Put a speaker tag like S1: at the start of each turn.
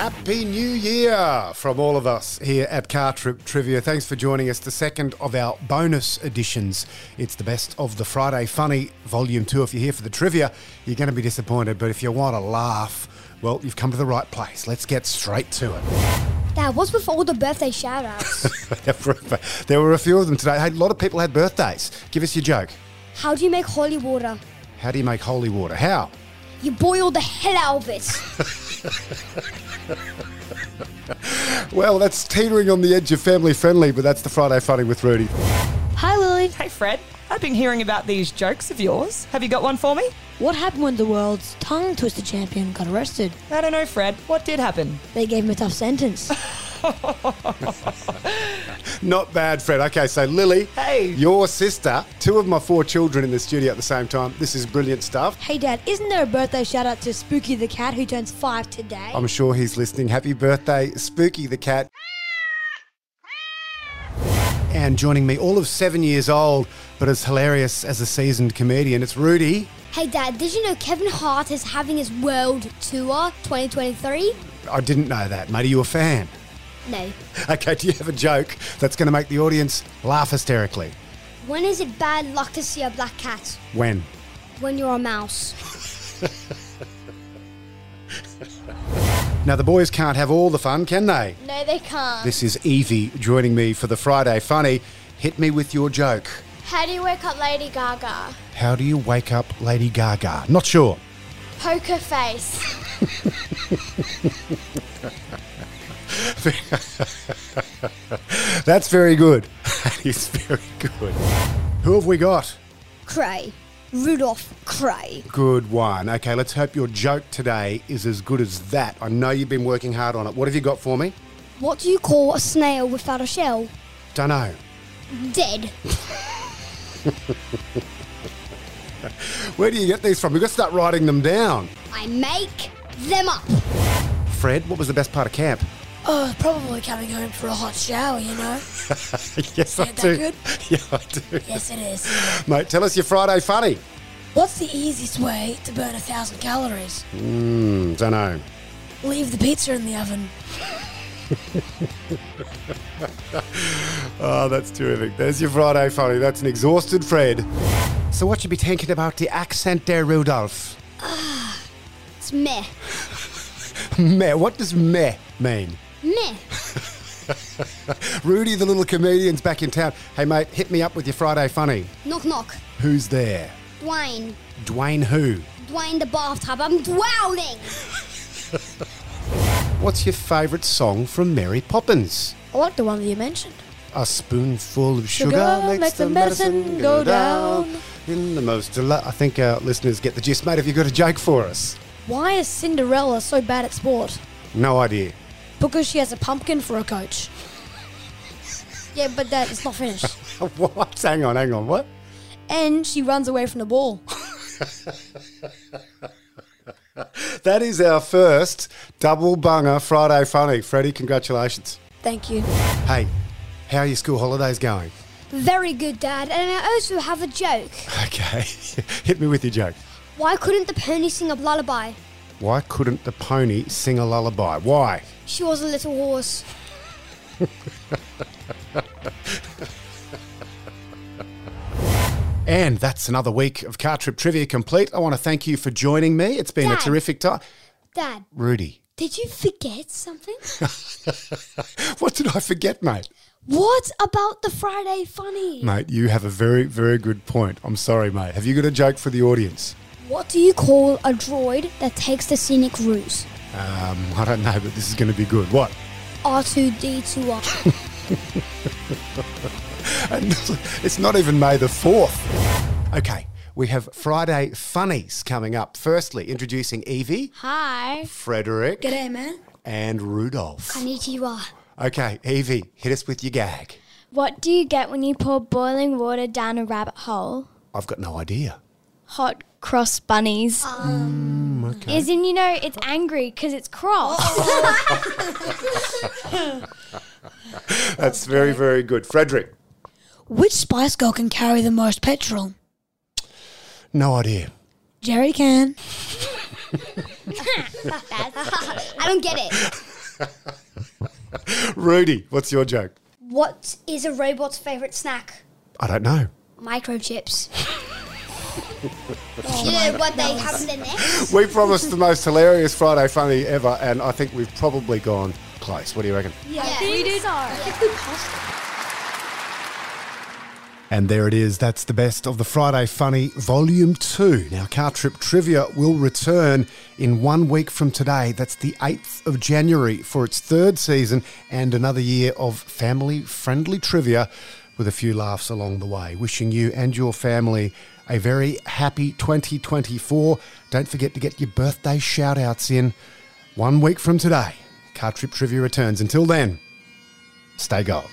S1: Happy New Year from all of us here at Car Trip Trivia. Thanks for joining us. The second of our bonus editions. It's the best of the Friday Funny Volume 2. If you're here for the trivia, you're going to be disappointed, but if you want to laugh, well, you've come to the right place. Let's get straight to it.
S2: Dad, what's with all the birthday shout outs?
S1: there were a few of them today. Hey, a lot of people had birthdays. Give us your joke.
S2: How do you make holy water?
S1: How do you make holy water? How?
S2: You boil the hell out of it.
S1: Well, that's teetering on the edge of family friendly, but that's the Friday Funny with Rudy.
S3: Hi, Lily.
S4: Hey, Fred. I've been hearing about these jokes of yours. Have you got one for me?
S3: What happened when the world's tongue twister champion got arrested?
S4: I don't know, Fred. What did happen?
S3: They gave him a tough sentence.
S1: Not bad, Fred. Okay, so Lily,
S4: Hey.
S1: your sister, two of my four children in the studio at the same time. This is brilliant stuff.
S3: hey, Dad, isn't there a birthday shout out to Spooky the cat who turns five today?
S1: I'm sure he's listening. Happy birthday, Spooky the cat. And joining me, all of seven years old, but as hilarious as a seasoned comedian, it's Rudy.
S2: hey, Dad, did you know Kevin Hart is having his world tour 2023?
S1: I didn't know that, mate. Are you a fan?
S2: No.
S1: Okay, do you have a joke that's going to make the audience laugh hysterically?
S2: When is it bad luck to see a black cat?
S1: When?
S2: When you're a mouse.
S1: Now, the boys can't have all the fun, can they?
S2: No, they can't.
S1: This is Evie joining me for the Friday Funny. Hit me with your joke.
S2: How do you wake up Lady Gaga?
S1: How do you wake up Lady Gaga? Not sure.
S2: Poker face.
S1: That's very good. That is very good. Who have we got?
S2: Cray. Rudolph Cray.
S1: Good one. Okay, let's hope your joke today is as good as that. I know you've been working hard on it. What have you got for me?
S2: What do you call a snail without a shell?
S1: Dunno.
S2: Dead.
S1: Where do you get these from? We've got to start writing them down.
S2: I make them up.
S1: Fred, what was the best part of camp?
S3: oh, probably coming home for a hot shower, you know?
S1: yes, I
S3: that
S1: do.
S3: good?
S1: Yeah, I do.
S3: yes, it is.
S1: Mate, tell us your Friday funny.
S3: What's the easiest way to burn a thousand calories?
S1: Mm, dunno.
S3: Leave the pizza in the oven.
S1: Oh, that's terrific. There's your Friday funny. That's an exhausted Fred. So, what you be thinking about the accent there, Rudolph?
S2: It's meh.
S1: Meh. What does meh mean?
S2: Meh.
S1: Rudy, the little comedian's back in town. Hey, mate, hit me up with your Friday funny.
S2: Knock knock.
S1: Who's there?
S2: Dwayne.
S1: Dwayne who?
S2: Dwayne the bathtub. I'm drowning.
S1: What's your favourite song from Mary Poppins?
S3: I like the one that you mentioned.
S1: A spoonful of sugar,
S3: Sugar
S1: makes, the medicine, go down. In the most deli- I think our listeners get the gist. Mate, have you got a joke for us?
S3: Why is Cinderella so bad at sport?
S1: No idea.
S3: Because she has a pumpkin for a coach. yeah, but Dad, it's not finished.
S1: what? Hang on, hang on. What?
S3: and she runs away from the ball.
S1: That is our first double bunger Friday funny. Freddie, congratulations.
S3: Thank you.
S1: Hey, how are your school holidays going?
S2: Very good, Dad. And I also have a joke.
S1: Okay, hit me with your joke.
S2: Why couldn't the pony sing a lullaby?
S1: Why couldn't the pony sing a lullaby? Why?
S2: She was a little horse.
S1: And that's another week of Car Trip Trivia complete. I want to thank you for joining me. It's been a
S2: Dad.
S1: terrific time.
S2: Dad,
S1: Rudy,
S2: did you forget something?
S1: what did I forget, mate?
S2: what about the Friday funny?
S1: Mate, you have a very, very good point. I'm sorry, mate. Have you got a joke for the audience?
S2: What do you call a droid that takes the scenic route?
S1: Um, I don't know, but this is going to be good. What?
S2: R2D2R.
S1: And it's not even May the 4th. Okay, we have Friday funnies coming up. Firstly, introducing Evie,
S2: Hi.
S1: Frederick,
S3: G'day, man.
S1: and Rudolph.
S2: Konnichiwa.
S1: Okay, Evie, hit us with your gag.
S5: What do you get when you pour boiling water down a rabbit hole?
S1: I've got no idea.
S5: Hot cross bunnies.
S1: okay.
S5: As in, you know, it's angry because it's cross.
S1: That's very, very good. Frederick,
S3: Which Spice Girl can carry the most petrol?
S1: no idea.
S3: Jerry can.
S2: I don't get it.
S1: Rudy, what's your joke?
S2: What is a robot's favourite snack?
S1: I don't know.
S2: Microchips. you know what they have in their neck?
S1: We promised the most hilarious Friday funny ever, and I think we've probably gone close. What do you reckon?
S2: Yeah.
S5: We did.
S1: And there it is. That's the best of the Friday Funny Volume 2. Now, Car Trip Trivia will return in one week from today. That's the 8th of January for its third season and another year of family friendly trivia with a few laughs along the way. Wishing you and your family a very happy 2024. Don't forget to get your birthday shout outs in one week from today. Car Trip Trivia returns. Until then, stay gold.